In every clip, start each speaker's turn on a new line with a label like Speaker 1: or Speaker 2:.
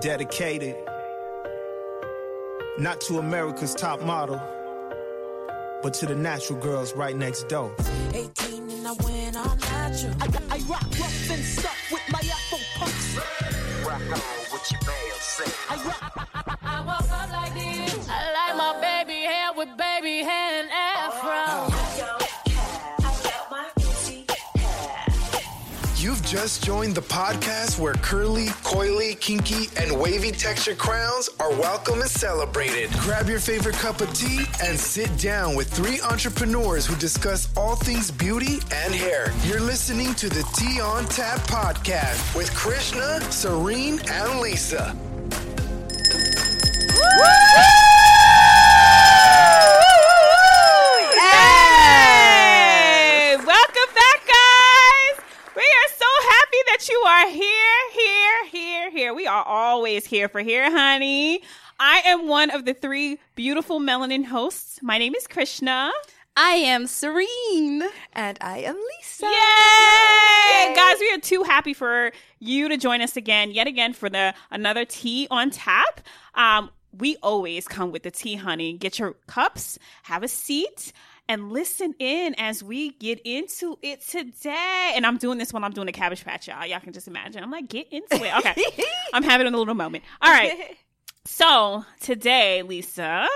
Speaker 1: Dedicated. Not to America's top model, but to the natural girls right next door.
Speaker 2: 18 and I went all natural.
Speaker 3: I, I rock rough and stuff with my Afro punks.
Speaker 4: Rock on with your man, say.
Speaker 3: I rock,
Speaker 5: I woke up like this. I like my baby hair with baby hair and afro.
Speaker 6: You've just joined the podcast where curly, coily, kinky, and wavy texture crowns are welcome and celebrated. Grab your favorite cup of tea and sit down with three entrepreneurs who discuss all things beauty and hair. You're listening to the Tea on Tap podcast with Krishna, Serene, and Lisa.
Speaker 7: Hey! Welcome back, guys. We are so happy that you are here, here, here, here. We are always here for here, honey. I am one of the three beautiful melanin hosts. My name is Krishna.
Speaker 8: I am Serene.
Speaker 9: And I am Lisa.
Speaker 7: Yay! Guys, we are too happy for you to join us again, yet again for the another tea on tap. Um, we always come with the tea, honey. Get your cups, have a seat, and listen in as we get into it today. And I'm doing this while I'm doing a cabbage patch, y'all. Y'all can just imagine. I'm like, get into it. Okay. I'm having a little moment. All right. So today, Lisa,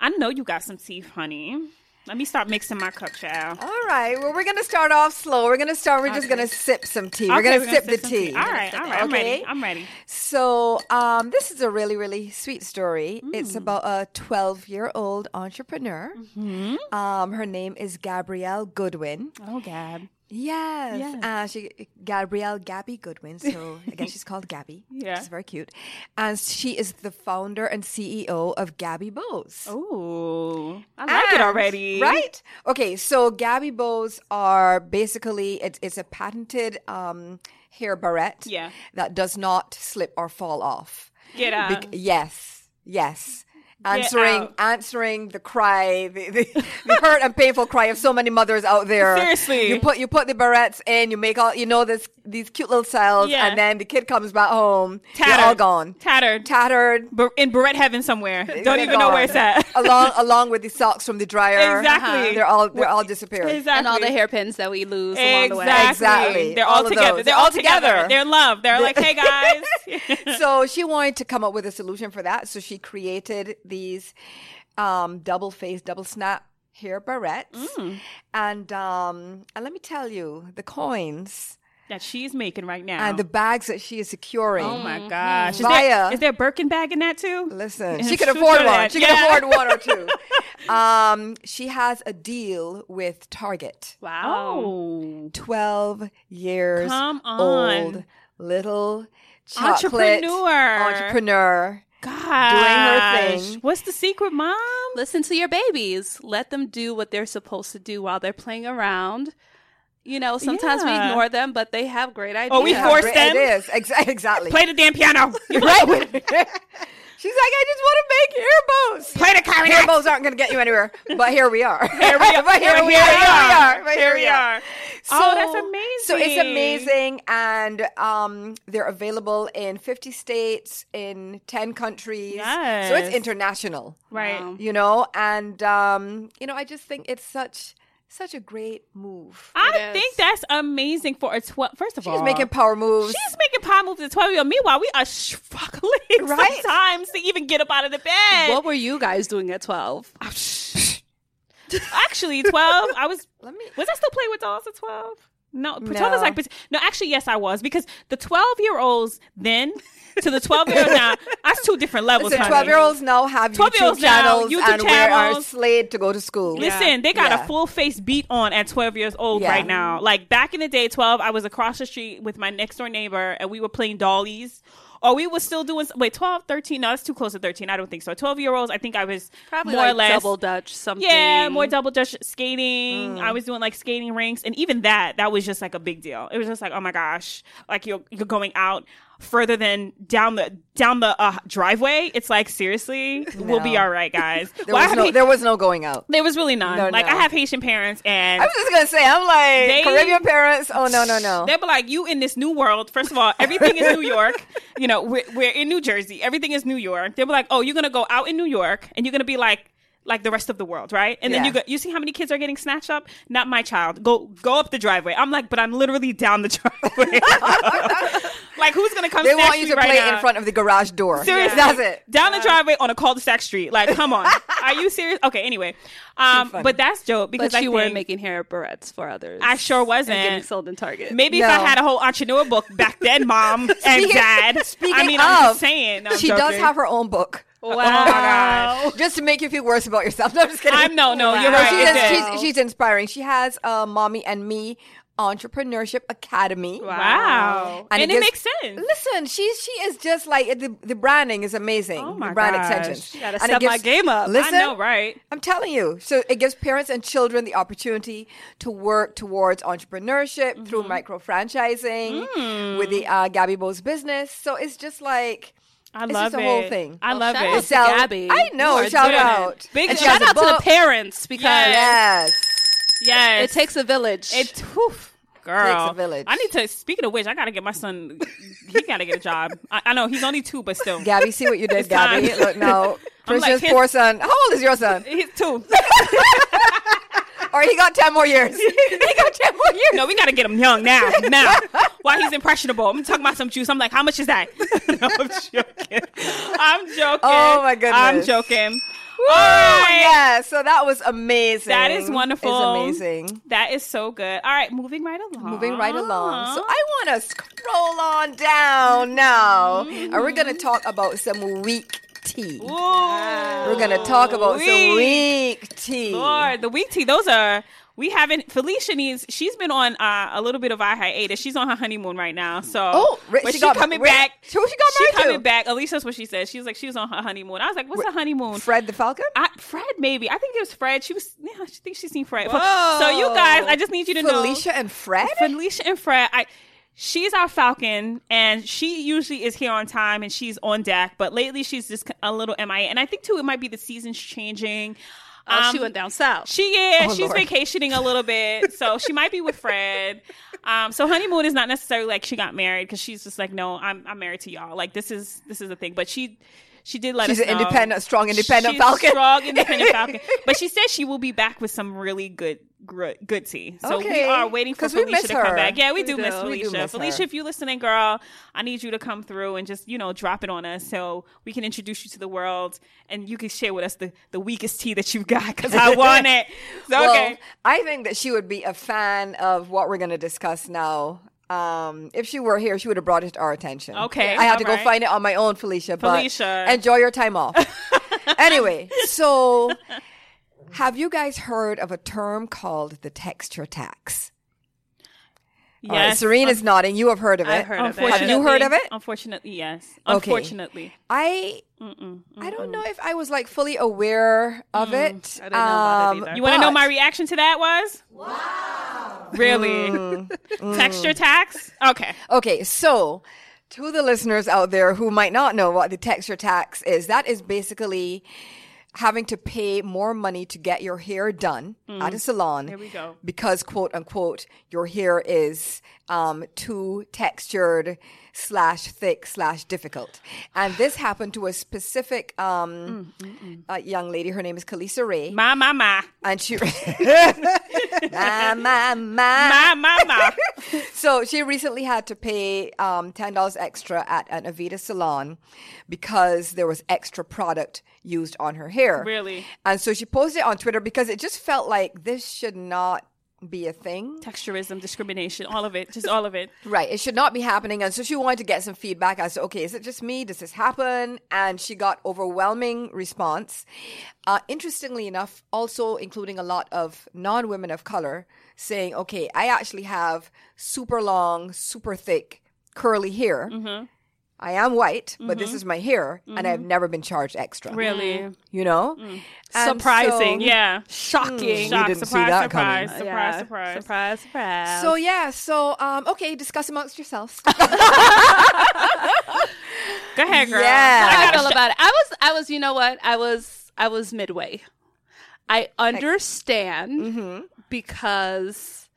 Speaker 7: I know you got some tea, honey. Let me start mixing my cup, child.
Speaker 9: All right. Well, we're going to start off slow. We're going to start. We're just going to sip some tea. we're
Speaker 7: Okay,
Speaker 9: going to sip
Speaker 7: sip
Speaker 9: the
Speaker 7: some
Speaker 9: tea.
Speaker 7: All right, all right. I'm ready.
Speaker 9: Okay.
Speaker 7: I'm ready.
Speaker 9: So, um, this is a really, really sweet story.
Speaker 7: Mm.
Speaker 9: It's about a 12 year old entrepreneur.
Speaker 7: Mm-hmm.
Speaker 9: Um, her name is Gabrielle Goodwin.
Speaker 7: Oh, Gab.
Speaker 9: Yes.
Speaker 7: Yes.
Speaker 9: Uh, she Gabrielle Gabby Goodwin. So I guess she's called Gabby.
Speaker 7: Yeah.
Speaker 9: She's very cute. And she is the founder and CEO of Gabby Bows.
Speaker 7: Ooh, I like it
Speaker 9: And-
Speaker 7: already.
Speaker 9: Right? Okay, so Gabby bows are basically it's it's a patented um hair barrette
Speaker 7: Yeah.
Speaker 9: that does not slip or fall off.
Speaker 7: Get out.
Speaker 9: Bec- yes. Yes.
Speaker 7: Get
Speaker 9: Answering
Speaker 7: out.
Speaker 9: answering the cry, the, the, the hurt and painful cry of so many mothers out there.
Speaker 7: Seriously.
Speaker 9: You put you put the barrettes in, you make all you know this these cute little styles,
Speaker 7: Yeah.
Speaker 9: and then the kid comes back home,
Speaker 7: Tattered.
Speaker 9: they're all gone.
Speaker 7: Tattered.
Speaker 9: Tattered.
Speaker 7: Bur- in Barrett heaven somewhere. Don't
Speaker 9: They're
Speaker 7: even know where it's
Speaker 9: gone.
Speaker 7: at.
Speaker 9: along along with the socks from the dryer. Uh-huh.
Speaker 7: Exactly.
Speaker 9: They're all they're all disappeared.
Speaker 7: exactly.
Speaker 8: And all the hairpins that we lose along the
Speaker 7: Exactly.
Speaker 8: way.
Speaker 9: Exactly.
Speaker 7: They're
Speaker 9: All
Speaker 7: all,
Speaker 9: of
Speaker 7: together.
Speaker 9: those.
Speaker 7: They're all
Speaker 9: All
Speaker 7: together.
Speaker 9: together.
Speaker 7: They're in love. They're like, hey guys.
Speaker 9: So she wanted to come up with a solution for that. So she created these um, double face, double snap hair barrettes.
Speaker 7: Mm.
Speaker 9: And um, and let me tell you, the coins
Speaker 7: that she's making right now.
Speaker 9: and the Mm-hmm. bags that she is securing.
Speaker 7: oh my gosh. Is
Speaker 9: Via-
Speaker 7: there, is there a Birkin bag in that too?
Speaker 9: Listen,
Speaker 7: Yeah,
Speaker 9: she could
Speaker 7: shoot
Speaker 9: afford
Speaker 7: her
Speaker 9: one.
Speaker 7: that.
Speaker 9: She could
Speaker 7: Yeah.
Speaker 9: afford one or two. um, she has a deal with Target.
Speaker 7: Wow.
Speaker 9: 12 years
Speaker 7: Come
Speaker 9: old
Speaker 7: on.
Speaker 9: little chocolate
Speaker 7: Entrepreneur.
Speaker 9: entrepreneur
Speaker 7: Gosh.
Speaker 9: thing.
Speaker 7: What's the secret, mom?
Speaker 8: Listen to your babies. Let them do what they're supposed to do while they're playing around. You know, sometimes
Speaker 7: Yeah.
Speaker 8: we ignore them, but they have great ideas.
Speaker 7: we
Speaker 9: Yeah,
Speaker 7: force
Speaker 9: great-
Speaker 7: them?
Speaker 9: it is Exa- exactly
Speaker 7: Play the damn piano.
Speaker 9: right she's like i just want to make earbows
Speaker 7: Play the clarinet.
Speaker 9: earbows aren't going to get you anywhere but here we are
Speaker 7: Here we are.
Speaker 9: but here,
Speaker 7: And
Speaker 9: we, are. here we are But
Speaker 7: Here we are. oh, that's amazing.
Speaker 9: so it's amazing and um, they're available in 50 states in 10 countries so
Speaker 7: Yes.
Speaker 9: it's international
Speaker 7: Right.
Speaker 8: Wow.
Speaker 9: you know and um you know i just think it's such such a great move
Speaker 7: I
Speaker 8: It
Speaker 7: think
Speaker 8: is.
Speaker 7: that's amazing for a 12. First of all,
Speaker 9: she's making power moves
Speaker 7: She's making pie moves at 12 year old. Meanwhile, we are struggling
Speaker 9: Right?
Speaker 7: sometimes to even get up out of the bed.
Speaker 8: What were you guys doing at 12?
Speaker 7: actually, 12, I was,
Speaker 9: let me
Speaker 7: was I still playing with dolls at 12? No,
Speaker 9: No.
Speaker 7: 12 is like, no, actually, yes, I was because the 12 year olds then to the 12 year old now, that's two different levels.
Speaker 9: listen
Speaker 7: honey.
Speaker 9: 12 year olds now have
Speaker 7: 12-year-olds
Speaker 9: youtube
Speaker 7: now,
Speaker 9: channels
Speaker 7: YouTube
Speaker 9: and we are
Speaker 7: channels.
Speaker 9: slate to go to school
Speaker 7: Listen, they got
Speaker 9: Yeah.
Speaker 7: a full face beat on at 12 years old
Speaker 9: Yeah.
Speaker 7: right now. Like back in the day, 12, I was across the street with my next door neighbor and we were playing dollies. Or we were still doing, wait, 12, 13? No, that's too close to 13. I don't think so. 12 year olds, I think I was
Speaker 8: Probably
Speaker 7: more
Speaker 8: like
Speaker 7: or less.
Speaker 8: double Dutch something.
Speaker 7: yeah, more double dutch skating.
Speaker 9: Mm.
Speaker 7: I was doing like skating rinks, and even that, that was just like a big deal. It was just like, oh my gosh, like you're you're going out. further than down the down the uh, driveway, it's like seriously, we'll be
Speaker 9: No.
Speaker 7: all right, guys.
Speaker 9: There,
Speaker 7: Well, I
Speaker 9: was
Speaker 7: have
Speaker 9: no,
Speaker 7: Hait-
Speaker 9: there was no going out.
Speaker 7: there was really none.
Speaker 9: No,
Speaker 7: like
Speaker 9: no.
Speaker 7: I have Haitian parents, and
Speaker 9: I was just gonna say, I'm
Speaker 7: They-
Speaker 9: like Caribbean parents. Oh no, no, no.
Speaker 7: They'll be like, you in this new world. First of all, everything is New York. You know, we're, we're in New Jersey. Everything is New York. They'll be like, oh, you're going to go out in New York and you're going to be like, like the rest of the world, right? And then you
Speaker 9: Yeah.
Speaker 7: go, you see how many kids are getting snatched up? Not my child. Go go up the driveway. I'm like, but I'm literally down the driveway. like, who's gonna come?
Speaker 9: They
Speaker 7: snatch
Speaker 9: want you
Speaker 7: me
Speaker 9: to
Speaker 7: right
Speaker 9: play
Speaker 7: now?
Speaker 9: in front of the garage door.
Speaker 7: Seriously,
Speaker 9: that's it.
Speaker 7: Down the driveway on a cul-de-sac street. Like, come on, are you serious? Okay, anyway, um, but that's dope because
Speaker 8: But you
Speaker 7: I
Speaker 8: weren't
Speaker 7: think-
Speaker 8: making hair barrettes for others.
Speaker 7: I sure wasn't.
Speaker 8: And getting sold in Target.
Speaker 7: Maybe if I
Speaker 9: No.
Speaker 7: had a whole entrepreneur book back then, mom and
Speaker 9: Speaking-
Speaker 7: dad.
Speaker 9: Speaking
Speaker 7: I mean,
Speaker 9: of,
Speaker 7: I'm just saying. No, I'm
Speaker 9: she does
Speaker 7: joking. Oh
Speaker 9: have her own book.
Speaker 7: Wow.
Speaker 9: Just to make you feel worse about yourself. No, I'm just kidding.
Speaker 7: I'm- no, no, you're
Speaker 9: No,
Speaker 7: right,
Speaker 9: she
Speaker 7: it
Speaker 9: is-
Speaker 7: did.
Speaker 9: she's, she's inspiring. She has uh, Mommy and Me Entrepreneurship Academy.
Speaker 7: Wow. And, it,
Speaker 9: gives-
Speaker 7: makes sense.
Speaker 9: Listen, she's she is just like the, the branding is amazing.
Speaker 7: Oh my
Speaker 9: the brand
Speaker 7: gosh.
Speaker 9: extensions.
Speaker 7: Gotta
Speaker 9: And it
Speaker 8: step my game up. I
Speaker 9: Listen,
Speaker 7: I know, right?
Speaker 9: I'm telling you. So it gives parents and children the opportunity to work towards entrepreneurship through
Speaker 7: Mm-hmm.
Speaker 9: micro franchising
Speaker 7: Mm.
Speaker 9: with the uh, Gabby Bowes business. So it's just like
Speaker 7: I
Speaker 9: it's
Speaker 7: love
Speaker 9: just
Speaker 7: it.
Speaker 9: a whole thing. Oh,
Speaker 7: I love
Speaker 8: shout
Speaker 7: it.
Speaker 8: out to
Speaker 9: Sell-
Speaker 8: Gabby.
Speaker 9: I know.
Speaker 7: You are
Speaker 9: shout
Speaker 7: doing it.
Speaker 9: out.
Speaker 7: Big
Speaker 9: And she
Speaker 8: Shout
Speaker 9: has a
Speaker 8: out to the
Speaker 9: book.
Speaker 8: parents because
Speaker 9: Yes.
Speaker 7: Yes.
Speaker 8: it takes a village.
Speaker 7: It whew, girl.
Speaker 9: Takes a village.
Speaker 7: I need to. Speaking of which, I gotta get my son. He gotta get a job. I, I know he's only two, but still.
Speaker 9: Gabby, see what you did, Gabby.
Speaker 7: time.
Speaker 9: Look, no.
Speaker 7: I'm like,
Speaker 9: Prison's
Speaker 7: his-
Speaker 9: poor son. How old is your son?
Speaker 7: He's two.
Speaker 9: Or he got 10 more years. he got 10 more years.
Speaker 7: No, we gotta get him young now. Now, while he's impressionable, I'm talking about some juice. I'm like, how much is that? No, I'm joking. I'm joking.
Speaker 9: Oh, my
Speaker 7: I'm
Speaker 9: goodness.
Speaker 7: joking.
Speaker 9: Woo!
Speaker 7: All right.
Speaker 9: Oh, Yeah, so that was amazing.
Speaker 7: That is wonderful.
Speaker 9: It's amazing.
Speaker 7: That is so good. All right, moving right along.
Speaker 9: Moving right along. So I want to scroll on down now. And we're going to talk about some weak tea.
Speaker 7: Mm-hmm. Ooh.
Speaker 9: We're going to talk about some weak tea.
Speaker 7: Lord, the weak tea. Those are we haven't. Felicia needs. She's been on uh, a little bit of our hiatus. She's on her honeymoon right now. So
Speaker 9: Oh, re-
Speaker 7: but
Speaker 9: she
Speaker 7: she
Speaker 9: got-
Speaker 7: coming
Speaker 9: re-
Speaker 7: back.
Speaker 9: who she got married to?
Speaker 7: coming back. At least that's what she said. She was like she was on her honeymoon. I was like, what's a honeymoon?
Speaker 9: Fred the Falcon?
Speaker 7: I, Fred, maybe. I think it was Fred. She was. Yeah, I think she's seen Fred. So you guys, I just need you to know
Speaker 9: Felicia and Fred?
Speaker 7: Felicia and Fred, I she's our falcon and she usually is here on time and she's on deck, but lately she's just a little MIA. And I think too it might be the seasons changing.
Speaker 8: Oh, she
Speaker 7: Um,
Speaker 8: went down south.
Speaker 7: She yeah,
Speaker 9: Oh,
Speaker 7: she's
Speaker 9: Lord.
Speaker 7: vacationing a little bit, so she might be with Fred. Um, so honeymoon is not necessarily like she got married because she's just like, no, I'm I'm married to y'all. Like this is this is the thing. But she she did let
Speaker 9: She's
Speaker 7: us
Speaker 9: an
Speaker 7: know.
Speaker 9: independent- strong independent
Speaker 7: She's a
Speaker 9: falcon.
Speaker 7: strong independent falcon. But she said she will be back with some really good gr- good tea. So we
Speaker 9: Okay.
Speaker 7: are waiting for
Speaker 9: 'Cause we
Speaker 7: Felicia
Speaker 9: miss
Speaker 7: to come
Speaker 9: her.
Speaker 7: back. Yeah, we,
Speaker 9: We
Speaker 7: do,
Speaker 9: do.
Speaker 7: miss
Speaker 9: We do
Speaker 7: Felicia.
Speaker 9: miss her.
Speaker 7: Felicia, if you're listening, girl, I need you to come through and just you know drop it on us so we can introduce you to the world and you can share with us the the weakest tea that you've got because I want it. So,
Speaker 9: Well,
Speaker 7: okay.
Speaker 9: I think that she would be a fan of what we're going to discuss now. Um, if she were here, she would have brought it to our attention.
Speaker 7: Okay,
Speaker 9: I had to
Speaker 7: all
Speaker 9: go
Speaker 7: right.
Speaker 9: find it on my own, Felicia. But
Speaker 7: Felicia.
Speaker 9: enjoy your time off. anyway, so have you guys heard of a term called the texture tax? All right, Serena's nodding. You have heard of
Speaker 8: Um,
Speaker 9: it.
Speaker 8: I've heard of it.
Speaker 9: Have you heard of it?
Speaker 7: Unfortunately, yes.
Speaker 9: Okay.
Speaker 7: Unfortunately.
Speaker 9: I I don't know if I was like fully aware of it. I
Speaker 8: Mm, didn't know about it either.
Speaker 7: You want to know
Speaker 9: but-
Speaker 7: my reaction to that was? Wow. Really? Texture tax? Okay.
Speaker 9: Okay, so to the listeners out there who might not know what the texture tax is, that is basically having to pay more money to get your hair done at a salon. Mm. There we
Speaker 7: go.
Speaker 9: Because quote unquote, your hair is um, too textured slash thick slash difficult. And this happened to a specific um, uh, young lady. Her name is Kalisa Ray.
Speaker 7: My, my, my.
Speaker 9: and she. my, my, my.
Speaker 7: My, my, my.
Speaker 9: So she recently had to pay um, ten dollars extra at an Avita salon because there was extra product used on her hair.
Speaker 7: Really?
Speaker 9: And so she posted it on Twitter because it just felt like this should not be a thing.
Speaker 7: Texturism, discrimination, all of it. Just all of it.
Speaker 9: Right. It should not be happening. And so she wanted to get some feedback as to, okay, is it just me? Does this happen? And she got overwhelming response. Uh, interestingly enough, also including a lot of non women of color saying,
Speaker 7: Mm-hmm.
Speaker 9: okay, I actually have super long, super thick, curly hair. I am white, but this is my hair, and I've never been charged extra.
Speaker 7: Really? Mm.
Speaker 9: You know? And
Speaker 8: Surprising.
Speaker 9: so-
Speaker 7: Yeah. Mm,
Speaker 8: Shocking.
Speaker 7: Shock,
Speaker 9: didn't see
Speaker 7: surprise,
Speaker 9: that
Speaker 7: surprise,
Speaker 9: coming.
Speaker 7: surprise,
Speaker 8: Yeah.
Speaker 7: surprise,
Speaker 8: Surprise, surprise.
Speaker 9: So yeah, so um, okay, discuss amongst yourselves.
Speaker 7: Go ahead, girl.
Speaker 8: how
Speaker 9: Yeah.
Speaker 8: I
Speaker 7: gotta
Speaker 8: feel
Speaker 7: sh-
Speaker 8: about it. I was, I was, you know what? I was, I was midway. I understand
Speaker 7: Mm-hmm.
Speaker 8: because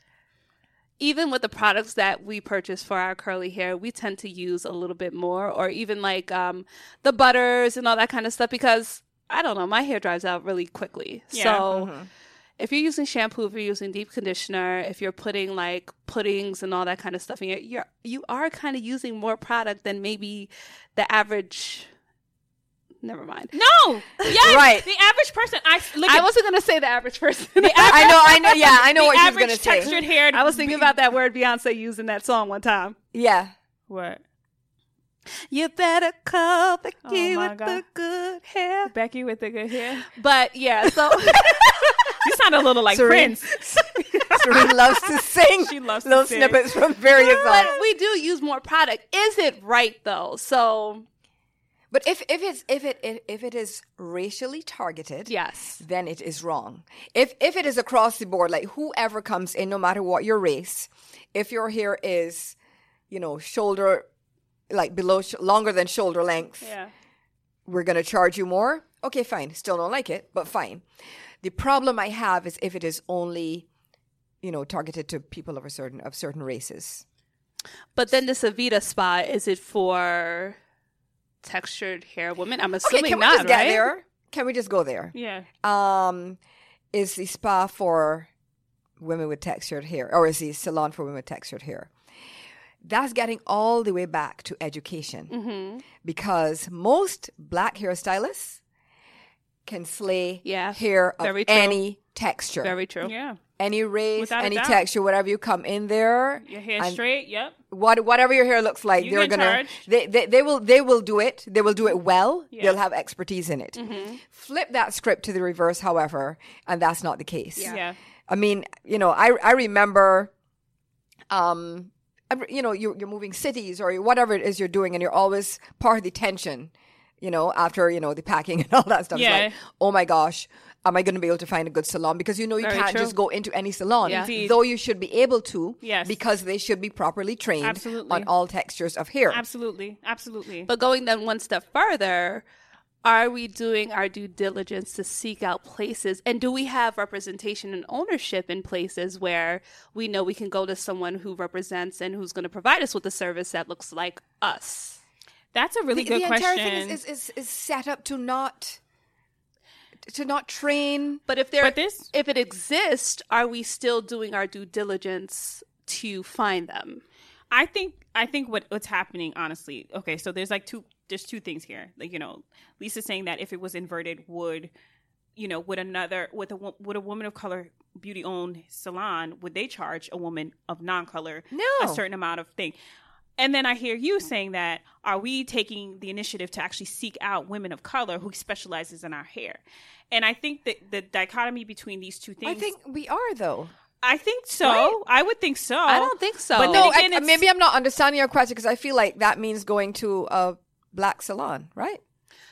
Speaker 8: even with the products that we purchase for our curly hair, we tend to use a little bit more, or even like um, the butters and all that kind of stuff because I don't know, my hair dries out really quickly.
Speaker 7: Yeah. Mm-hmm.
Speaker 8: So. If you're using shampoo, if you're using deep conditioner, if you're putting like puddings and all that kind of stuff in it, you're you are kind of using more product than maybe the average. Never mind.
Speaker 7: No. Yes.
Speaker 9: Right.
Speaker 7: The average person. I look.
Speaker 8: I
Speaker 7: at-
Speaker 8: wasn't gonna say the average person.
Speaker 9: I know, I know. Yeah, I know
Speaker 7: the
Speaker 9: what she's
Speaker 7: average
Speaker 9: gonna say.
Speaker 7: textured hair.
Speaker 8: I was thinking about that word Beyonce used in that song one time.
Speaker 9: Yeah,
Speaker 7: what
Speaker 8: You better call Becky
Speaker 7: Oh, my
Speaker 8: with
Speaker 7: God.
Speaker 8: the good hair.
Speaker 7: Becky with the good hair.
Speaker 8: But yeah, so
Speaker 7: You sound a little like
Speaker 9: Serene.
Speaker 7: Prince.
Speaker 9: Serene loves to sing.
Speaker 7: She loves to
Speaker 9: little
Speaker 7: sing.
Speaker 9: snippets from various
Speaker 8: but
Speaker 9: songs.
Speaker 8: we do use more product. Is it right though? So
Speaker 9: But if if it's if it if, if it is racially targeted,
Speaker 8: yes.
Speaker 9: then it is wrong. If if it is across the board, like whoever comes in, no matter what your race, if your hair is, you know, shoulder, like below sh- longer than shoulder length,
Speaker 7: Yeah.
Speaker 9: we're going to charge you more. Okay, fine. Still don't like it, but fine. The problem I have is if it is only, you know, targeted to people of a certain of certain races.
Speaker 8: But then this Avita spa, is it for textured hair women? I'm
Speaker 9: Okay,
Speaker 8: assuming
Speaker 9: can we
Speaker 8: not,
Speaker 9: just get
Speaker 8: right?
Speaker 9: there? Can we just go there?
Speaker 7: Yeah.
Speaker 9: Um, is the spa for women with textured hair, or is the salon for women with textured hair? That's getting all the way back to education,
Speaker 7: Mm-hmm.
Speaker 9: because most black hairstylists can slay
Speaker 8: Yeah,
Speaker 9: hair of
Speaker 8: very true.
Speaker 9: any texture.
Speaker 8: Very true.
Speaker 7: Yeah.
Speaker 9: any race,
Speaker 7: Without a
Speaker 9: any
Speaker 7: doubt.
Speaker 9: texture, whatever you come in there,
Speaker 7: Your hair
Speaker 9: and
Speaker 7: straight. Yep.
Speaker 9: what whatever your hair looks like,
Speaker 7: You
Speaker 9: they're
Speaker 7: get
Speaker 9: gonna
Speaker 7: charged.
Speaker 9: they, they they will they will do it. They will do it well.
Speaker 7: Yeah. Mm-hmm.
Speaker 9: They'll have expertise in it. Flip that script to the reverse, however, and that's not the case.
Speaker 7: Yeah.
Speaker 9: I mean, you know, I I remember, um, I re- you know, you're you're moving cities or whatever it is you're doing, and you're always part of the tension. You know, after you know the packing and all that stuff. It's
Speaker 7: Yeah.
Speaker 9: like, oh my gosh, am I going to be able to find a good salon? Because you know you
Speaker 8: Very
Speaker 9: can't
Speaker 8: true.
Speaker 9: just go into any salon,
Speaker 8: Yeah.
Speaker 7: Indeed.
Speaker 9: though you should be able to.
Speaker 7: Yes.
Speaker 9: Because they should be properly trained
Speaker 7: Absolutely.
Speaker 9: on all textures of hair.
Speaker 7: Absolutely. Absolutely.
Speaker 8: But going then one step further, are we doing our due diligence to seek out places? And do we have representation and ownership in places where we know we can go to someone who represents and who's going to provide us with a service that looks like us?
Speaker 7: That's a really
Speaker 9: The,
Speaker 7: good
Speaker 9: the
Speaker 7: question.
Speaker 9: entire thing is, is, is, is set up to not to not train.
Speaker 8: But if there,
Speaker 7: But this-
Speaker 8: if it exists, are we still doing our due diligence to find them?
Speaker 7: I think I think what what's happening honestly. Okay, so there's like two there's two things here. Like you know, Lisa's saying that if it was inverted, would you know would another would a wo- would a woman of color beauty owned salon would they charge a woman of non color a
Speaker 9: No.
Speaker 7: certain amount of thing? And then I hear you saying that are we taking the initiative to actually seek out women of color who specializes in our hair? And I think that the dichotomy between these two things,
Speaker 9: I think we are though.
Speaker 7: I think so. I would think so.
Speaker 8: I don't think so.
Speaker 7: But then
Speaker 9: No,
Speaker 7: again,
Speaker 9: I,
Speaker 7: it's-
Speaker 9: maybe I'm not understanding your question because I feel like that means going to a black salon, right?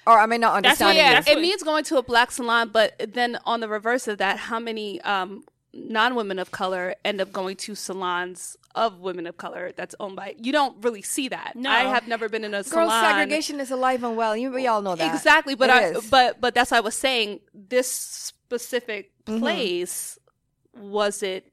Speaker 9: Or am I not
Speaker 7: That's what-
Speaker 9: understanding?
Speaker 8: yeah,
Speaker 7: that's
Speaker 8: it
Speaker 7: what-
Speaker 8: means going to a black salon, but then on the reverse of that, how many um, non women of color end up going to salons of women of color that's owned by? You don't really see that.
Speaker 7: No.
Speaker 8: I have never been in a
Speaker 9: you? Girl,
Speaker 8: salon.
Speaker 9: segregation is alive and well. You, we all know that
Speaker 8: Exactly, but
Speaker 9: It
Speaker 8: I,
Speaker 9: is.
Speaker 8: but but that's why I was saying this specific
Speaker 9: Mm-hmm.
Speaker 8: place was it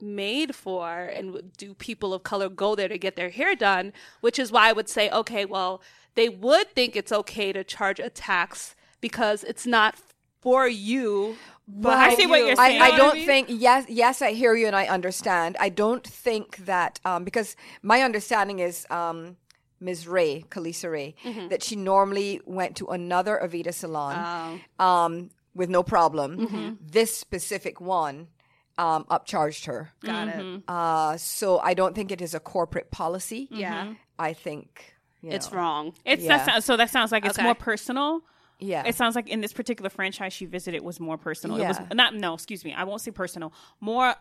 Speaker 8: made for, and do people of color go there to get their hair done? Which is why I would say, okay, well, they would think it's okay to charge a tax because it's not for you. But
Speaker 7: I see what you're
Speaker 9: I,
Speaker 7: saying.
Speaker 9: I
Speaker 7: You know what I
Speaker 9: don't
Speaker 7: mean?
Speaker 9: think yes yes I hear you and I understand. I don't think that um, because my understanding is um, Ms. Ray, Kalisa Ray,
Speaker 7: Mm-hmm.
Speaker 9: that she normally went to another Avita salon
Speaker 7: Oh.
Speaker 9: um, with no problem.
Speaker 7: Mm-hmm.
Speaker 9: This specific one um, upcharged her.
Speaker 8: Got it.
Speaker 9: Uh, so I don't think it is a corporate policy.
Speaker 8: Yeah,
Speaker 9: I think you
Speaker 8: it's
Speaker 9: know,
Speaker 8: wrong.
Speaker 7: It's
Speaker 9: Yeah.
Speaker 7: that sounds, so that sounds like it's
Speaker 8: Okay.
Speaker 7: more personal.
Speaker 9: Yeah.
Speaker 7: It sounds like in this particular franchise she visited was more personal. It
Speaker 9: Yeah.
Speaker 7: was not no, excuse me. I won't say personal. More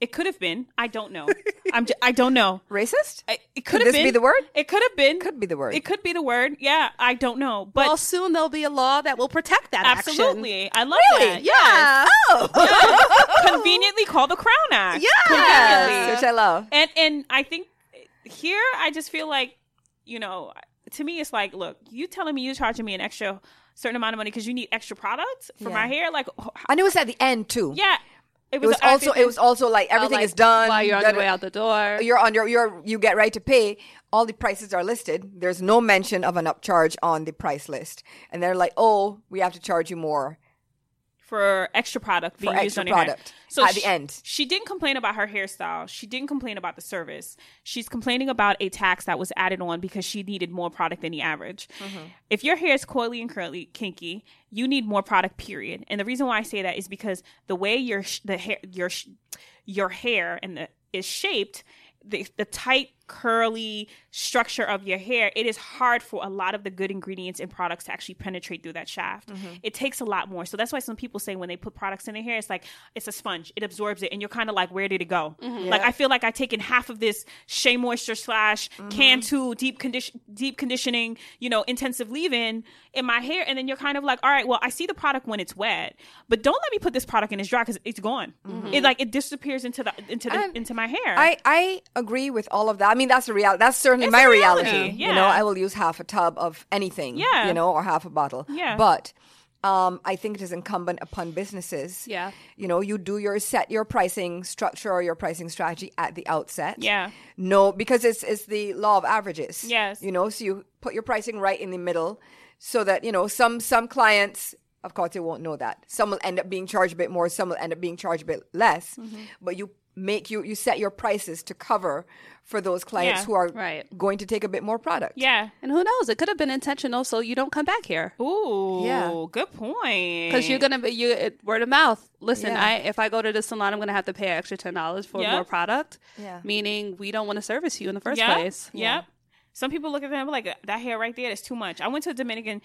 Speaker 7: It could have been. I don't know. I'm. J- I don't know.
Speaker 9: Racist?
Speaker 7: I, it
Speaker 9: Could
Speaker 7: could have
Speaker 9: this
Speaker 7: been
Speaker 9: be the word?
Speaker 7: It could have been.
Speaker 9: Could be the word.
Speaker 7: It could be the word. Yeah, I don't know. But
Speaker 8: well, soon there'll be a law that will protect that action.
Speaker 7: absolutely, I love that.
Speaker 8: Yeah.
Speaker 7: conveniently called the Crown Act.
Speaker 9: Yes, which I love.
Speaker 7: and and I think here I just feel like you know to me it's like look you telling me you're charging me an extra certain amount of money because you need extra products for my
Speaker 9: Yeah.
Speaker 7: hair like oh, h-
Speaker 9: And it was at the end too.
Speaker 7: yeah
Speaker 9: It was also it was also like everything
Speaker 8: Like,
Speaker 9: is done.
Speaker 8: While you're on
Speaker 9: da-
Speaker 8: the way out the door.
Speaker 9: You're on your you're you get right to pay. All the prices are listed. There's no mention of an upcharge on the price list. And they're like, "Oh, we have to charge you more."
Speaker 7: for extra product being used
Speaker 9: extra
Speaker 7: on your hair.
Speaker 9: product at the
Speaker 7: she-
Speaker 9: end.
Speaker 7: She didn't complain about her hairstyle. She didn't complain about the service. She's complaining about a tax that was added on because she needed more product than the average.
Speaker 9: Mm-hmm.
Speaker 7: If your hair is coily and curly, kinky, you need more product. Period. And the reason why I say that is because the way your sh- the hair your sh- your hair and the is shaped. The, the tight curly structure of your hair it is hard for a lot of the good ingredients and products to actually penetrate through that shaft
Speaker 9: Mm-hmm.
Speaker 7: it takes a lot more so that's why some people say when they put products in their hair it's like it's a sponge it absorbs it and you're kind of like where did it go
Speaker 9: Mm-hmm.
Speaker 7: like i feel like i've taken half of this shea moisture slash
Speaker 9: Mm-hmm.
Speaker 7: cantu deep condition deep conditioning you know intensive leave-in in my hair and then you're kind of like all right well i see the product when it's wet but don't let me put this product in it's dry because it's gone it like it disappears into the into the
Speaker 9: And
Speaker 7: into my hair
Speaker 9: Mm-hmm. I, I agree with all of that. I mean, that's a real. That's certainly
Speaker 7: It's
Speaker 9: my
Speaker 7: a
Speaker 9: reality.
Speaker 7: reality,
Speaker 9: You know,
Speaker 7: yeah.
Speaker 9: I will use half a tub of anything.
Speaker 7: Yeah.
Speaker 9: You know, or half a bottle.
Speaker 7: Yeah.
Speaker 9: But um, I think it is incumbent upon businesses.
Speaker 8: Yeah.
Speaker 9: You know, you do your set your pricing structure or your pricing strategy at the outset.
Speaker 7: Yeah.
Speaker 9: No, because it's it's the law of averages.
Speaker 7: Yes.
Speaker 9: You know, so you put your pricing right in the middle, so that you know some some clients. Of course, they won't know that. Some will end up being charged a bit more. Some will end up being charged a bit less. But you make you you set your prices to cover for those clients
Speaker 7: Yeah,
Speaker 9: who are
Speaker 8: right.
Speaker 9: going to take a bit more product.
Speaker 7: yeah
Speaker 8: and who knows? It could have been intentional, so you don't come back here.
Speaker 7: Ooh,
Speaker 9: Yeah.
Speaker 7: good point.
Speaker 8: Because you're gonna be you it, word of mouth. Listen,
Speaker 9: Yeah.
Speaker 8: I if I go to the salon, I'm gonna have to pay an extra ten dollars for
Speaker 7: Yeah.
Speaker 8: more product.
Speaker 9: Yeah.
Speaker 8: Meaning we don't want to service you in the first
Speaker 7: yep.
Speaker 8: place.
Speaker 7: Yep. Some people look at them like that hair right there is too much. I went to a Dominican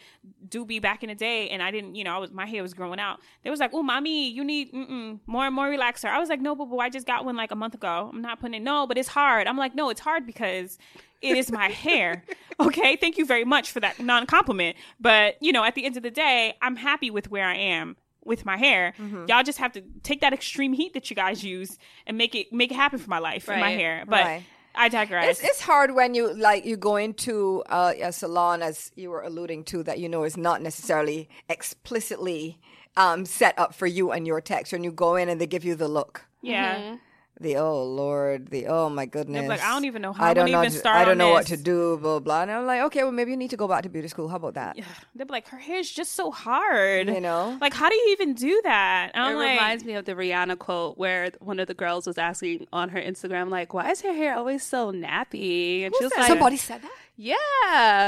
Speaker 7: doobie back in the day, and I didn't, you know, I was my hair was growing out. They was like, "Oh, mommy, you need mm-mm, more and more relaxer." I was like, "No, but, but I just got one like a month ago. I'm not putting it. No, but it's hard." I'm like, "No, it's hard because it is my hair." Okay, thank you very much for that non compliment, but you know, at the end of the day, I'm happy with where I am with my hair.
Speaker 8: Mm-hmm.
Speaker 7: Y'all just have to take that extreme heat that you guys use and make it make it happen for my life and my
Speaker 8: Right,
Speaker 7: hair. But
Speaker 9: right.
Speaker 7: I digress.
Speaker 9: It's, it's hard when you like you go into uh, a salon as you were alluding to that you know is not necessarily explicitly um, set up for you and your texture, and you go in and they give you the look.
Speaker 7: Yeah.
Speaker 9: The oh lord, the oh my goodness.
Speaker 7: like, I don't even know how
Speaker 9: I
Speaker 7: I'm
Speaker 9: don't
Speaker 7: gonna
Speaker 9: know.
Speaker 7: even
Speaker 9: to-
Speaker 7: start
Speaker 9: I don't
Speaker 7: on
Speaker 9: know what to
Speaker 7: this."
Speaker 9: do. Blah blah. And I'm like, okay, well maybe you need to go back to beauty school. How about that?
Speaker 7: They'd be like, her hair's just so hard.
Speaker 9: You know?
Speaker 7: Like, how do you even do that? And
Speaker 8: It
Speaker 7: I'm like,
Speaker 8: reminds me of the Rihanna quote where one of the girls was asking on her Instagram, like, "Why is her hair always so nappy?" And she was like,
Speaker 9: Somebody said that.
Speaker 8: "Yeah."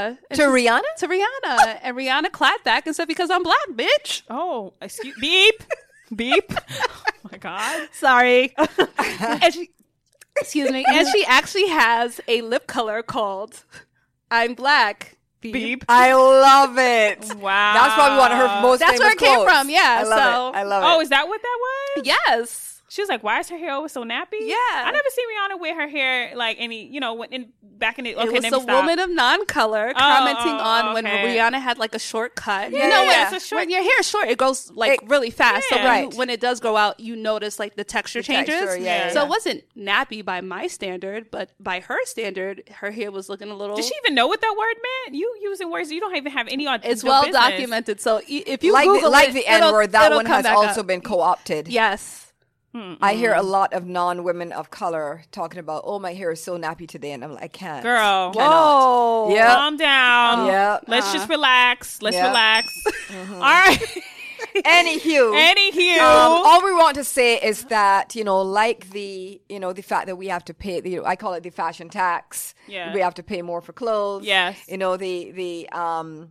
Speaker 8: And
Speaker 9: To
Speaker 8: she's-
Speaker 9: Rihanna?
Speaker 8: to Rihanna, and Rihanna clapped back and said, "Because I'm black, bitch."
Speaker 7: oh, excuse, beep, beep. oh my God.
Speaker 8: Sorry. and she, excuse me. And she actually has a lip color called "I'm Black." Beep.
Speaker 9: I love it.
Speaker 7: Wow.
Speaker 9: That's probably one of her most.
Speaker 8: That's where
Speaker 9: famous
Speaker 8: it came
Speaker 9: quotes.
Speaker 8: from, yeah,
Speaker 9: I love
Speaker 8: so-
Speaker 9: it. I love it.
Speaker 7: Oh, is that what that was?
Speaker 8: Yes.
Speaker 7: She was like, why is her hair always so nappy?
Speaker 8: Yeah.
Speaker 7: I never seen Rihanna wear her hair like any, you know, when in, back in the, okay,
Speaker 8: it was
Speaker 7: let
Speaker 8: a
Speaker 7: me stop.
Speaker 8: woman of non-color commenting
Speaker 7: oh,
Speaker 8: on when
Speaker 7: okay.
Speaker 8: Rihanna had like a short cut.
Speaker 9: Yeah,
Speaker 8: you know,
Speaker 9: yeah,
Speaker 8: when,
Speaker 7: it's a short-
Speaker 8: when your hair is short, it grows like
Speaker 9: It-
Speaker 8: really fast. So
Speaker 7: yeah.
Speaker 8: when,
Speaker 9: Right.
Speaker 8: you, when it does grow out, you notice like the texture changes.
Speaker 9: texture, yeah, yeah,
Speaker 8: so
Speaker 9: yeah.
Speaker 8: it wasn't nappy by my standard, but by her standard, her hair was looking a little.
Speaker 7: Did she even know what that word meant? You using words you don't even have any on
Speaker 8: it's
Speaker 7: no
Speaker 8: well
Speaker 7: business.
Speaker 8: documented. So i- if you
Speaker 9: like the,
Speaker 8: Google
Speaker 9: like
Speaker 8: it,
Speaker 9: the
Speaker 8: it'll-
Speaker 9: N word, that
Speaker 8: it'll
Speaker 9: one
Speaker 8: come
Speaker 9: has
Speaker 8: back
Speaker 9: also
Speaker 8: up.
Speaker 9: been co-opted.
Speaker 8: Yes.
Speaker 9: I hear
Speaker 7: Mm-hmm.
Speaker 9: a lot of non-women of color talking about, "Oh, my hair is so nappy today," and I'm like, "I can't,
Speaker 7: Girl.
Speaker 9: Whoa, yeah.
Speaker 7: Calm down.
Speaker 9: Yeah.
Speaker 7: Let's just relax. Let's
Speaker 9: Yeah.
Speaker 7: relax. All right.
Speaker 9: Anywho,
Speaker 7: Anywho.
Speaker 9: Um, all we want to say is that you know, like the you know the fact that we have to pay the I call it the fashion tax.
Speaker 7: Yeah.
Speaker 9: we have to pay more for clothes.
Speaker 7: Yes.
Speaker 9: you know the the um,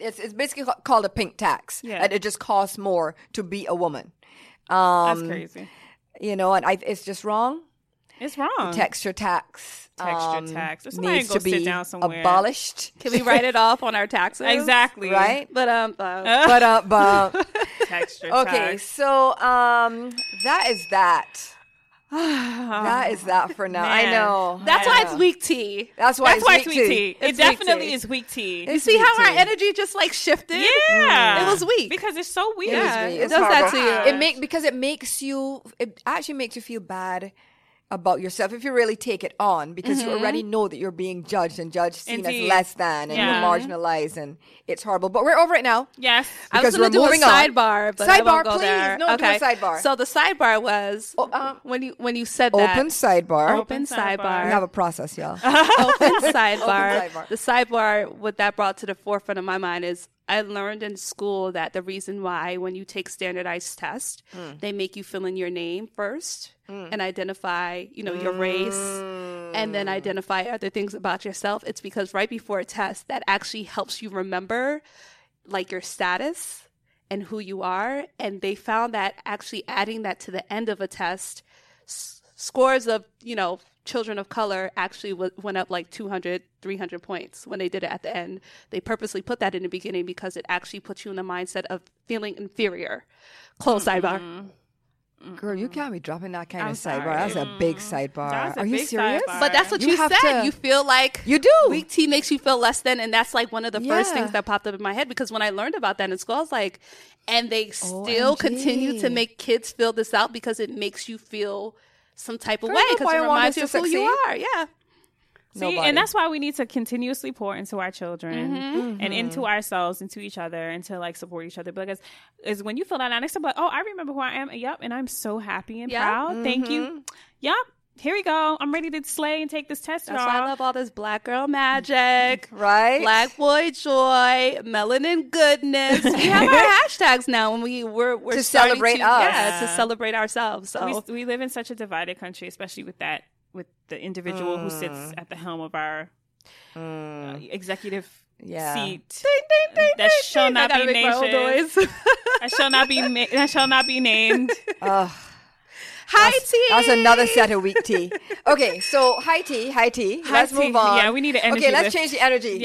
Speaker 9: it's it's basically ca- called a pink tax.
Speaker 7: Yeah.
Speaker 9: and it just costs more to be a woman. Um,
Speaker 7: That's crazy.
Speaker 9: You know, and I, it's just wrong.
Speaker 7: It's wrong.
Speaker 9: Texture tax.
Speaker 7: Texture tax. If somebody go sit down somewhere.
Speaker 9: abolished.
Speaker 8: Can we write it off on our taxes?
Speaker 7: exactly.
Speaker 9: Right?
Speaker 8: But um, uh,
Speaker 9: But uh, but
Speaker 7: Texture.
Speaker 9: okay,
Speaker 7: tax.
Speaker 9: so um, that is that. that is that for now. I
Speaker 7: man.
Speaker 9: know.
Speaker 8: That's
Speaker 9: I
Speaker 8: why
Speaker 9: know.
Speaker 8: it's weak tea.
Speaker 9: That's why
Speaker 7: That's
Speaker 9: it's
Speaker 7: why
Speaker 9: weak
Speaker 7: it's weak tea. It
Speaker 8: It's weak
Speaker 7: definitely
Speaker 8: tea.
Speaker 7: is weak tea.
Speaker 9: It's
Speaker 8: See how
Speaker 9: weak
Speaker 8: our
Speaker 9: tea.
Speaker 8: energy just like shifted?
Speaker 7: yeah,
Speaker 8: It was weak.
Speaker 7: because it's so weak.
Speaker 9: It is
Speaker 8: Yeah,
Speaker 9: weak.
Speaker 8: it
Speaker 9: It's
Speaker 8: does that
Speaker 9: horrible.
Speaker 8: to you.
Speaker 9: It make because it makes you. It actually makes you feel bad about yourself if you really take it on because you already
Speaker 8: Mm-hmm.
Speaker 9: know that you're being judged and judged seen
Speaker 7: Indeed.
Speaker 9: as less than and
Speaker 7: Yeah.
Speaker 9: you're marginalized and it's horrible. But we're over it now.
Speaker 7: Yes,
Speaker 8: I was
Speaker 9: Because
Speaker 8: going to
Speaker 9: we're
Speaker 8: do a
Speaker 9: moving on.
Speaker 8: sidebar, but I
Speaker 9: Sidebar,
Speaker 8: won't go
Speaker 9: please.
Speaker 8: there.
Speaker 9: No, do a sidebar. Oh, um,
Speaker 8: So the sidebar was when you when you said that
Speaker 9: Open sidebar.
Speaker 8: open
Speaker 7: sidebar.
Speaker 9: We
Speaker 8: sidebar,
Speaker 9: have a process, y'all.
Speaker 8: open
Speaker 9: sidebar.
Speaker 8: sidebar. The sidebar, what that brought to the forefront of my mind is I learned in school that the reason why when you take standardized tests, they make you fill in your name first and identify, you know, your race and then identify other things about yourself. It's because right before a test that actually helps you remember like your status and who you are. And they found that actually adding that to the end of a test, s- scores of, you know, children of color actually w- went up like 200, 300 points when they did it at the end. They purposely put that in the beginning because it actually puts you in the mindset of feeling inferior. Close sidebar.
Speaker 9: Girl, you can't be dropping that kind
Speaker 7: I'm
Speaker 9: of sidebar.
Speaker 7: sorry.
Speaker 9: That's a big sidebar.
Speaker 7: That's a
Speaker 9: Are you
Speaker 7: big
Speaker 9: serious?
Speaker 7: sidebar.
Speaker 8: But that's what
Speaker 9: You
Speaker 8: you,
Speaker 9: have
Speaker 8: said.
Speaker 9: to-
Speaker 8: you feel like
Speaker 9: You do.
Speaker 8: Weak tea makes you feel less than, and that's like one of the first
Speaker 9: Yeah.
Speaker 8: things that popped up in my head because when I learned about that in school, I was like, and they still
Speaker 9: OMG.
Speaker 8: continue to make kids fill this out because it makes you feel some type of
Speaker 9: Girl,
Speaker 8: way because
Speaker 9: nobody
Speaker 8: it
Speaker 9: want us
Speaker 8: reminds you
Speaker 9: to
Speaker 8: of who you
Speaker 9: succeed.
Speaker 8: are. Yeah,
Speaker 7: See,
Speaker 9: Nobody.
Speaker 7: and that's why we need to continuously pour into our children
Speaker 8: Mm-hmm.
Speaker 7: and into ourselves, into each other, and to like support each other. Because is when you feel that next time, like, oh, I remember who I am. Yep, and I'm so happy and
Speaker 8: Yeah.
Speaker 7: proud. Thank
Speaker 8: Mm-hmm.
Speaker 7: you. Yep, here we go. I'm ready to slay and take this test,
Speaker 8: that's
Speaker 7: y'all.
Speaker 8: why I love all this black girl magic.
Speaker 9: Right?
Speaker 8: Black boy joy, melanin goodness. We have our hashtags now, and we we're, we're
Speaker 9: To
Speaker 8: starting
Speaker 9: celebrate
Speaker 8: to-
Speaker 9: us.
Speaker 8: yeah, to celebrate ourselves. So
Speaker 7: we, we live in such a divided country, especially with that with the individual who
Speaker 8: Mm.
Speaker 7: sits at the helm of our uh, executive
Speaker 9: Yeah.
Speaker 7: seat. that shall not
Speaker 8: I gotta
Speaker 7: be
Speaker 8: make my own
Speaker 7: named.
Speaker 8: noise.
Speaker 7: I shall not be. Ma- that shall not be named.
Speaker 9: Ugh.
Speaker 8: Hi, tea.
Speaker 9: That's another set of weak tea. Okay, so high tea, high tea.
Speaker 7: High
Speaker 9: let's
Speaker 7: tea.
Speaker 9: move on.
Speaker 7: Yeah, we need an energy
Speaker 9: Okay, let's
Speaker 7: lift.
Speaker 9: change the energy.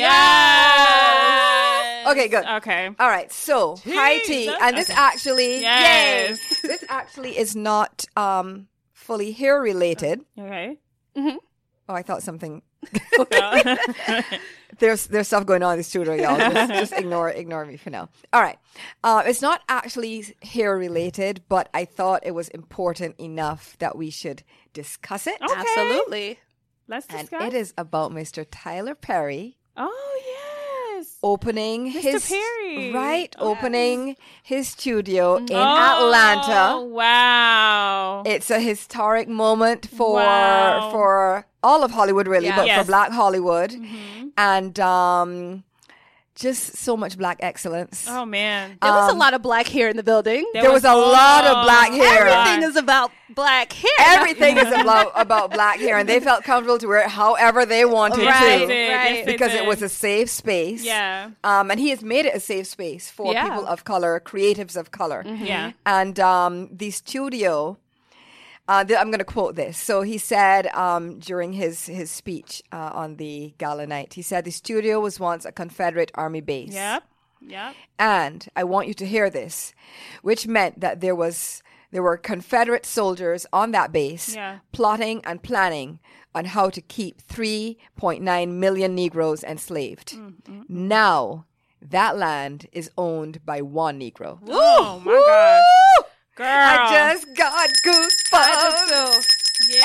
Speaker 7: Yes.
Speaker 9: Okay, good.
Speaker 7: Okay.
Speaker 9: All right, so high tea,
Speaker 7: Jesus.
Speaker 9: and this
Speaker 7: Okay.
Speaker 9: actually,
Speaker 7: Yes.
Speaker 9: yay, this actually is not um fully hair related.
Speaker 7: Okay.
Speaker 9: Oh, I thought something.
Speaker 7: So-
Speaker 9: There's there's stuff going on in this studio, y'all. Just, just ignore ignore me for now. All right, uh, it's not actually hair related, but I thought it was important enough that we should discuss it.
Speaker 7: Okay.
Speaker 8: Absolutely.
Speaker 7: Let's
Speaker 9: And
Speaker 7: discuss.
Speaker 9: it is about Mr. Tyler Perry
Speaker 7: Oh yes.
Speaker 9: opening his
Speaker 7: Perry.
Speaker 9: right
Speaker 7: Oh,
Speaker 9: opening his studio in
Speaker 7: Oh,
Speaker 9: Atlanta.
Speaker 7: Wow.
Speaker 9: It's a historic moment for
Speaker 7: Wow.
Speaker 9: for all of Hollywood, really,
Speaker 8: Yeah.
Speaker 9: but
Speaker 7: Yes. Mm-hmm.
Speaker 9: for Black Hollywood, and um, just so much Black excellence.
Speaker 7: oh man.
Speaker 8: There was a lot of black hair in the building.
Speaker 9: there was a lot of black hair.
Speaker 8: Everything is about black hair.
Speaker 9: Everything is about, about black hair, and they felt comfortable to wear it however they wanted
Speaker 7: Right.
Speaker 9: to.
Speaker 7: They did. Yes,
Speaker 8: right.
Speaker 7: they
Speaker 9: because it
Speaker 7: did.
Speaker 9: was a safe space.
Speaker 7: Yeah.
Speaker 9: Um, and he has made it a safe space for
Speaker 8: Yeah.
Speaker 9: people of color, creatives of color.
Speaker 7: Yeah.
Speaker 9: And um, the studio, uh, th- I'm going to quote this. So he said um, during his, his speech uh, on the gala night, he said, The studio was once a Confederate army base.
Speaker 7: Yep. Yep.
Speaker 9: And I want you to hear this, which meant that there was. There were Confederate soldiers on that base
Speaker 7: Yeah.
Speaker 9: plotting and planning on how to keep 3.9 million Negroes enslaved.
Speaker 7: Mm-hmm.
Speaker 9: Now, that land is owned by one Negro.
Speaker 7: Oh my gosh. Girl.
Speaker 9: I just got goosebumps.
Speaker 7: yes.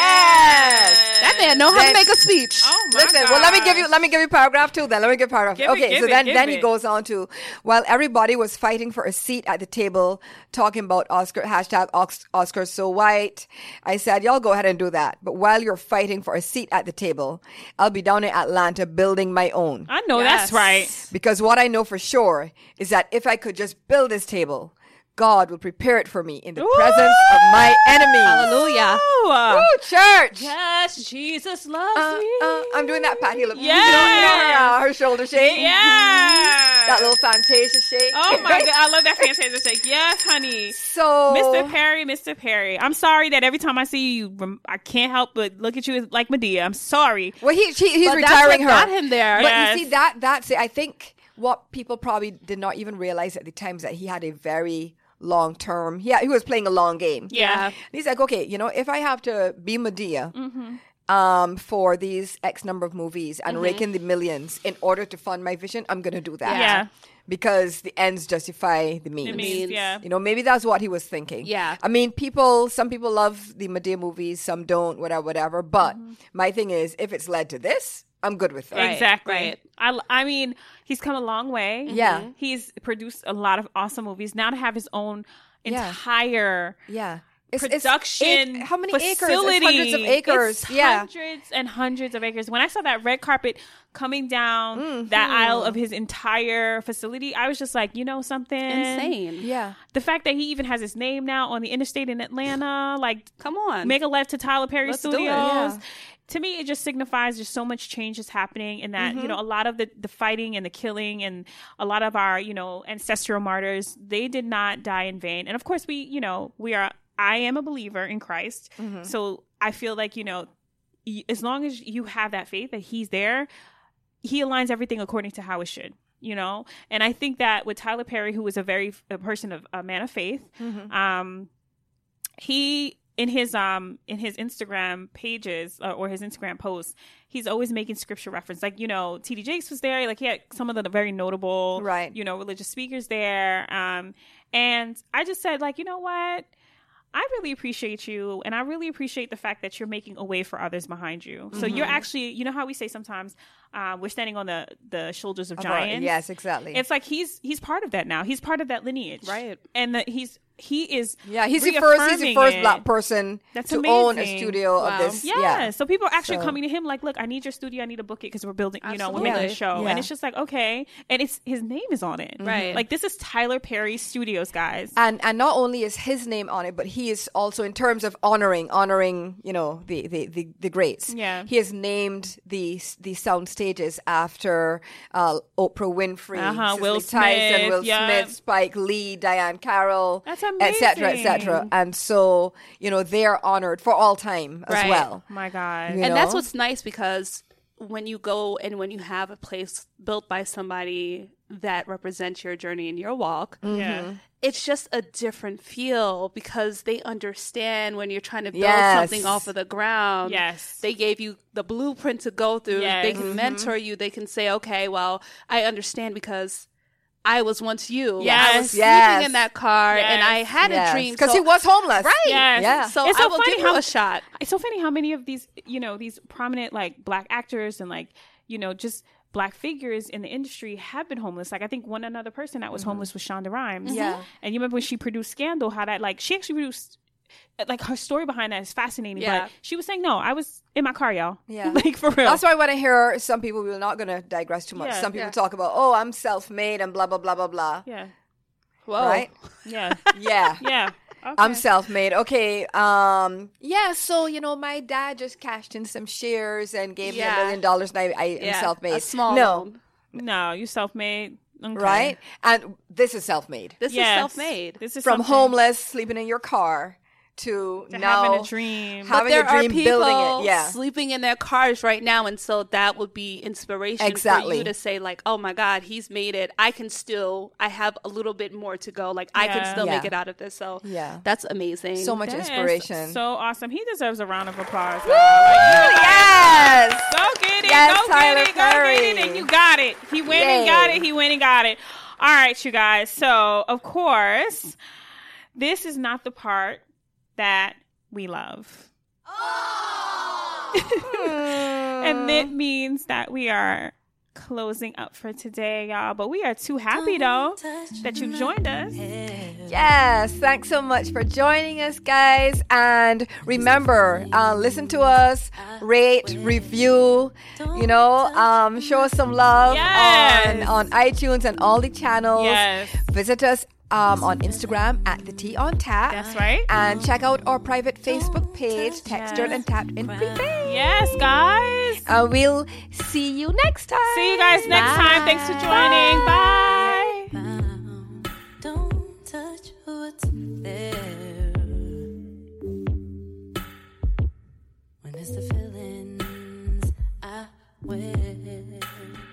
Speaker 8: That man know how to make a speech.
Speaker 7: Oh my
Speaker 9: Listen, well, let me give you
Speaker 7: gosh.
Speaker 9: let me give you paragraph two. Then let me give paragraph.
Speaker 7: Give it,
Speaker 9: okay,
Speaker 7: give
Speaker 9: so
Speaker 7: it,
Speaker 9: then
Speaker 7: give
Speaker 9: then he
Speaker 7: it.
Speaker 9: goes on to while everybody was fighting for a seat at the table, talking about Oscar hashtag Ox- Oscar so white. I said, y'all go ahead and do that. But while you're fighting for a seat at the table, I'll be down in Atlanta building my own.
Speaker 7: I know that's
Speaker 8: Yes.
Speaker 7: right.
Speaker 9: Because what I know for sure is that if I could just build this table, God will prepare it for me in the presence of my enemies.
Speaker 8: Hallelujah.
Speaker 7: Oh.
Speaker 9: Woo, church.
Speaker 7: Yes, Jesus loves
Speaker 9: Uh,
Speaker 7: me.
Speaker 9: uh, I'm doing that Patty look. You know, you know her,
Speaker 7: Yes.
Speaker 9: uh, her shoulder shake.
Speaker 7: yeah.
Speaker 9: That little Fantasia shake.
Speaker 7: Oh my god, I love that Fantasia shake. Yes, honey.
Speaker 9: So,
Speaker 7: Mr. Perry, Mr. Perry, I'm sorry that every time I see you, you rem- I can't help but look at you as like Medea. I'm sorry.
Speaker 9: well, he, she, he's
Speaker 8: But
Speaker 9: retiring
Speaker 8: that's what
Speaker 9: her.
Speaker 8: got him there.
Speaker 9: But
Speaker 7: Yes.
Speaker 9: you see, that that's it. I think what people probably did not even realize at the time is that he had a very long term. Yeah, he was playing a long game.
Speaker 7: Yeah.
Speaker 9: And he's like, okay, you know, if I have to be Medea
Speaker 7: Mm-hmm.
Speaker 9: um, for these X number of movies and rake in the millions in order to fund my vision, I'm going to do that.
Speaker 7: Yeah.
Speaker 9: Because the ends justify the means.
Speaker 7: It means,
Speaker 8: means-
Speaker 7: yeah.
Speaker 9: You know, maybe that's what he was thinking.
Speaker 8: Yeah.
Speaker 9: I mean, people, some people love the Medea movies, some don't, whatever, whatever. But
Speaker 7: Mm-hmm.
Speaker 9: my thing is, if it's led to this, I'm good with that.
Speaker 7: Exactly.
Speaker 8: right. Mm-hmm.
Speaker 7: I, I mean, he's come a long way.
Speaker 9: Yeah. Mhm.
Speaker 7: He's produced a lot of awesome movies. Now to have his own
Speaker 9: Yeah.
Speaker 7: entire
Speaker 9: Yeah. It's, it's
Speaker 7: production
Speaker 9: ac- how many
Speaker 7: facility.
Speaker 9: acres? It's hundreds of acres.
Speaker 7: It's
Speaker 9: yeah.
Speaker 7: hundreds and hundreds of acres. When I saw that red carpet coming down
Speaker 9: Mm-hmm.
Speaker 7: that aisle of his entire facility, I was just like, you know something?
Speaker 8: Insane.
Speaker 9: Yeah.
Speaker 7: The fact that he even has his name now on the interstate in Atlanta, like
Speaker 8: Come on.
Speaker 7: make a left to Tyler Perry
Speaker 8: Let's do it.
Speaker 7: Studios.
Speaker 9: Yeah.
Speaker 7: To me, it just signifies there's so much change is happening, and that
Speaker 8: Mm-hmm.
Speaker 7: you know a lot of the the fighting and the killing, and a lot of our you know ancestral martyrs, they did not die in vain. And of course, we you know we are. I am a believer in Christ,
Speaker 8: Mm-hmm.
Speaker 7: so I feel like you know, y- as long as you have that faith that He's there, he aligns everything according to how it should you know and i think that with tyler perry who is a very a person of a man of faith
Speaker 9: Mm-hmm.
Speaker 7: um he in his um in his instagram pages uh, or his instagram posts he's always making scripture reference like you know td jakes was there like he had some of the very notable
Speaker 9: Right.
Speaker 7: you know religious speakers there um and i just said like you know what I really appreciate you, and I really appreciate the fact that you're making a way for others behind you. So
Speaker 9: Mm-hmm.
Speaker 7: you're actually, you know how we say sometimes uh, we're standing on the the shoulders of
Speaker 9: Of our-
Speaker 7: giants.
Speaker 9: Yes, exactly.
Speaker 7: it's like he's he's part of that now. He's part of that lineage,
Speaker 8: Right.
Speaker 7: And that he's he is
Speaker 9: yeah, he's the first. He's the
Speaker 7: reaffirming
Speaker 9: first
Speaker 7: it.
Speaker 9: black person
Speaker 7: That's
Speaker 9: to own a
Speaker 7: amazing.
Speaker 9: studio
Speaker 8: Wow.
Speaker 9: of this.
Speaker 7: Yeah.
Speaker 9: Yeah.
Speaker 7: So people are actually
Speaker 9: So-
Speaker 7: coming to him like, look, I need your studio. I need to book it because we're building, you know, we're making a
Speaker 8: Absolutely.
Speaker 7: show.
Speaker 9: Yeah.
Speaker 7: And it's just like, okay. And it's his name is on it.
Speaker 8: Right.
Speaker 7: Like this is Tyler Perry Studios, guys.
Speaker 9: And and not only is his name on it, but he is also in terms of honoring honoring you know the the the, the greats.
Speaker 7: Yeah.
Speaker 9: He has named the the sound stages after uh, Oprah Winfrey,
Speaker 7: Uh-huh,
Speaker 9: Cicely
Speaker 7: Will
Speaker 9: Tyson,
Speaker 7: Smith,
Speaker 9: Will
Speaker 7: yeah.
Speaker 9: Smith, Spike Lee, Diane Carroll,
Speaker 7: That's
Speaker 9: et cetera, et cetera.
Speaker 7: amazing.
Speaker 9: And so you know they are honored for all time as
Speaker 8: Right.
Speaker 9: well.
Speaker 7: My God.
Speaker 9: You
Speaker 8: and that's
Speaker 9: know?
Speaker 8: what's nice because when you go and when you have a place built by somebody that represents your journey and your walk,
Speaker 9: Mm-hmm.
Speaker 7: Yeah.
Speaker 8: it's just a different feel because they understand when you're trying to build
Speaker 9: Yes.
Speaker 8: something off of the ground.
Speaker 7: Yes.
Speaker 8: They gave you the blueprint to go through.
Speaker 7: Yes.
Speaker 8: They can
Speaker 9: Mm-hmm.
Speaker 8: mentor you. They can say, okay, well, I understand because I was once you. I was
Speaker 7: Yes.
Speaker 9: Yes.
Speaker 8: sleeping in that car and I
Speaker 7: Yes.
Speaker 8: had a dream.
Speaker 9: because
Speaker 8: so-
Speaker 9: he was homeless,
Speaker 8: Right.
Speaker 7: Yes.
Speaker 9: Yeah.
Speaker 8: So
Speaker 7: It's
Speaker 8: I
Speaker 7: so
Speaker 8: will
Speaker 7: funny
Speaker 8: give
Speaker 7: how-
Speaker 8: you a shot.
Speaker 7: it's so funny how many of these you know these prominent like black actors and like you know just black figures in the industry have been homeless like i think one another person that was homeless was shonda rhimes
Speaker 9: Yeah.
Speaker 7: and you remember when she produced scandal how that like she actually produced like her story behind that is fascinating
Speaker 8: Yeah.
Speaker 7: but she was saying no i was in my car y'all
Speaker 9: Yeah.
Speaker 7: like for real
Speaker 9: That's why when I hear some people, we're not going to digress too much.
Speaker 7: Yeah,
Speaker 9: some people talk about, oh, I'm self made and blah, blah, blah, blah, blah.
Speaker 7: yeah
Speaker 8: Whoa.
Speaker 9: Right?
Speaker 7: yeah
Speaker 9: Yeah.
Speaker 7: yeah okay.
Speaker 9: I'm self made. Okay. Um, yeah. So, you know, my dad just cashed in some shares and gave me
Speaker 8: Yeah.
Speaker 9: a million dollars and I, I am
Speaker 8: Yeah,
Speaker 9: self made.
Speaker 8: A small
Speaker 9: No.
Speaker 8: loan.
Speaker 7: no you self-made Okay.
Speaker 9: Right? And this is self made.
Speaker 8: This
Speaker 7: Yes.
Speaker 8: is self-made.
Speaker 7: this is
Speaker 9: From
Speaker 7: something-
Speaker 9: homeless, sleeping in your car to,
Speaker 7: to
Speaker 9: now
Speaker 7: having a dream
Speaker 9: How- having
Speaker 8: there
Speaker 9: a dream,
Speaker 8: are people
Speaker 9: building it, yeah.
Speaker 8: sleeping in their cars right now, and so that would be inspiration for
Speaker 9: Exactly.
Speaker 8: you to say like, "Oh my God, he's made it. I can still. I have a little bit more to go. Like I
Speaker 7: Yeah.
Speaker 8: can still make
Speaker 9: Yeah.
Speaker 8: it out of this." So
Speaker 9: Yeah.
Speaker 8: that's amazing.
Speaker 9: so much
Speaker 7: That is
Speaker 9: inspiration.
Speaker 7: so awesome he deserves a round of applause
Speaker 9: yes.
Speaker 7: Go get it.
Speaker 9: Yes,
Speaker 7: go
Speaker 9: Tyler
Speaker 7: get it. Go
Speaker 9: Perry.
Speaker 7: get it. And you got it. He went and
Speaker 9: Yay.
Speaker 7: got it. He went and got it. All right, you guys. So, of course, this is not the part that we love.
Speaker 9: Oh.
Speaker 7: and that means that we are closing up for today, y'all. But we are too happy, though, that you've joined us.
Speaker 9: Yes, thanks so much for joining us, guys. And remember, uh, listen to us, rate, review, you know, um, show us some love
Speaker 7: Yes.
Speaker 9: on, on iTunes and all the channels.
Speaker 7: Yes.
Speaker 9: Visit us um, on Instagram at the Tea on Tap.
Speaker 7: That's right.
Speaker 9: And check out our private Facebook page, Textured and Tapped in Prepaid.
Speaker 7: Yes, guys.
Speaker 9: Uh, we'll see you next time.
Speaker 7: See you guys next time. Thanks for joining. Bye.
Speaker 2: bound. Don't touch what's there. When it's the feelings I wear.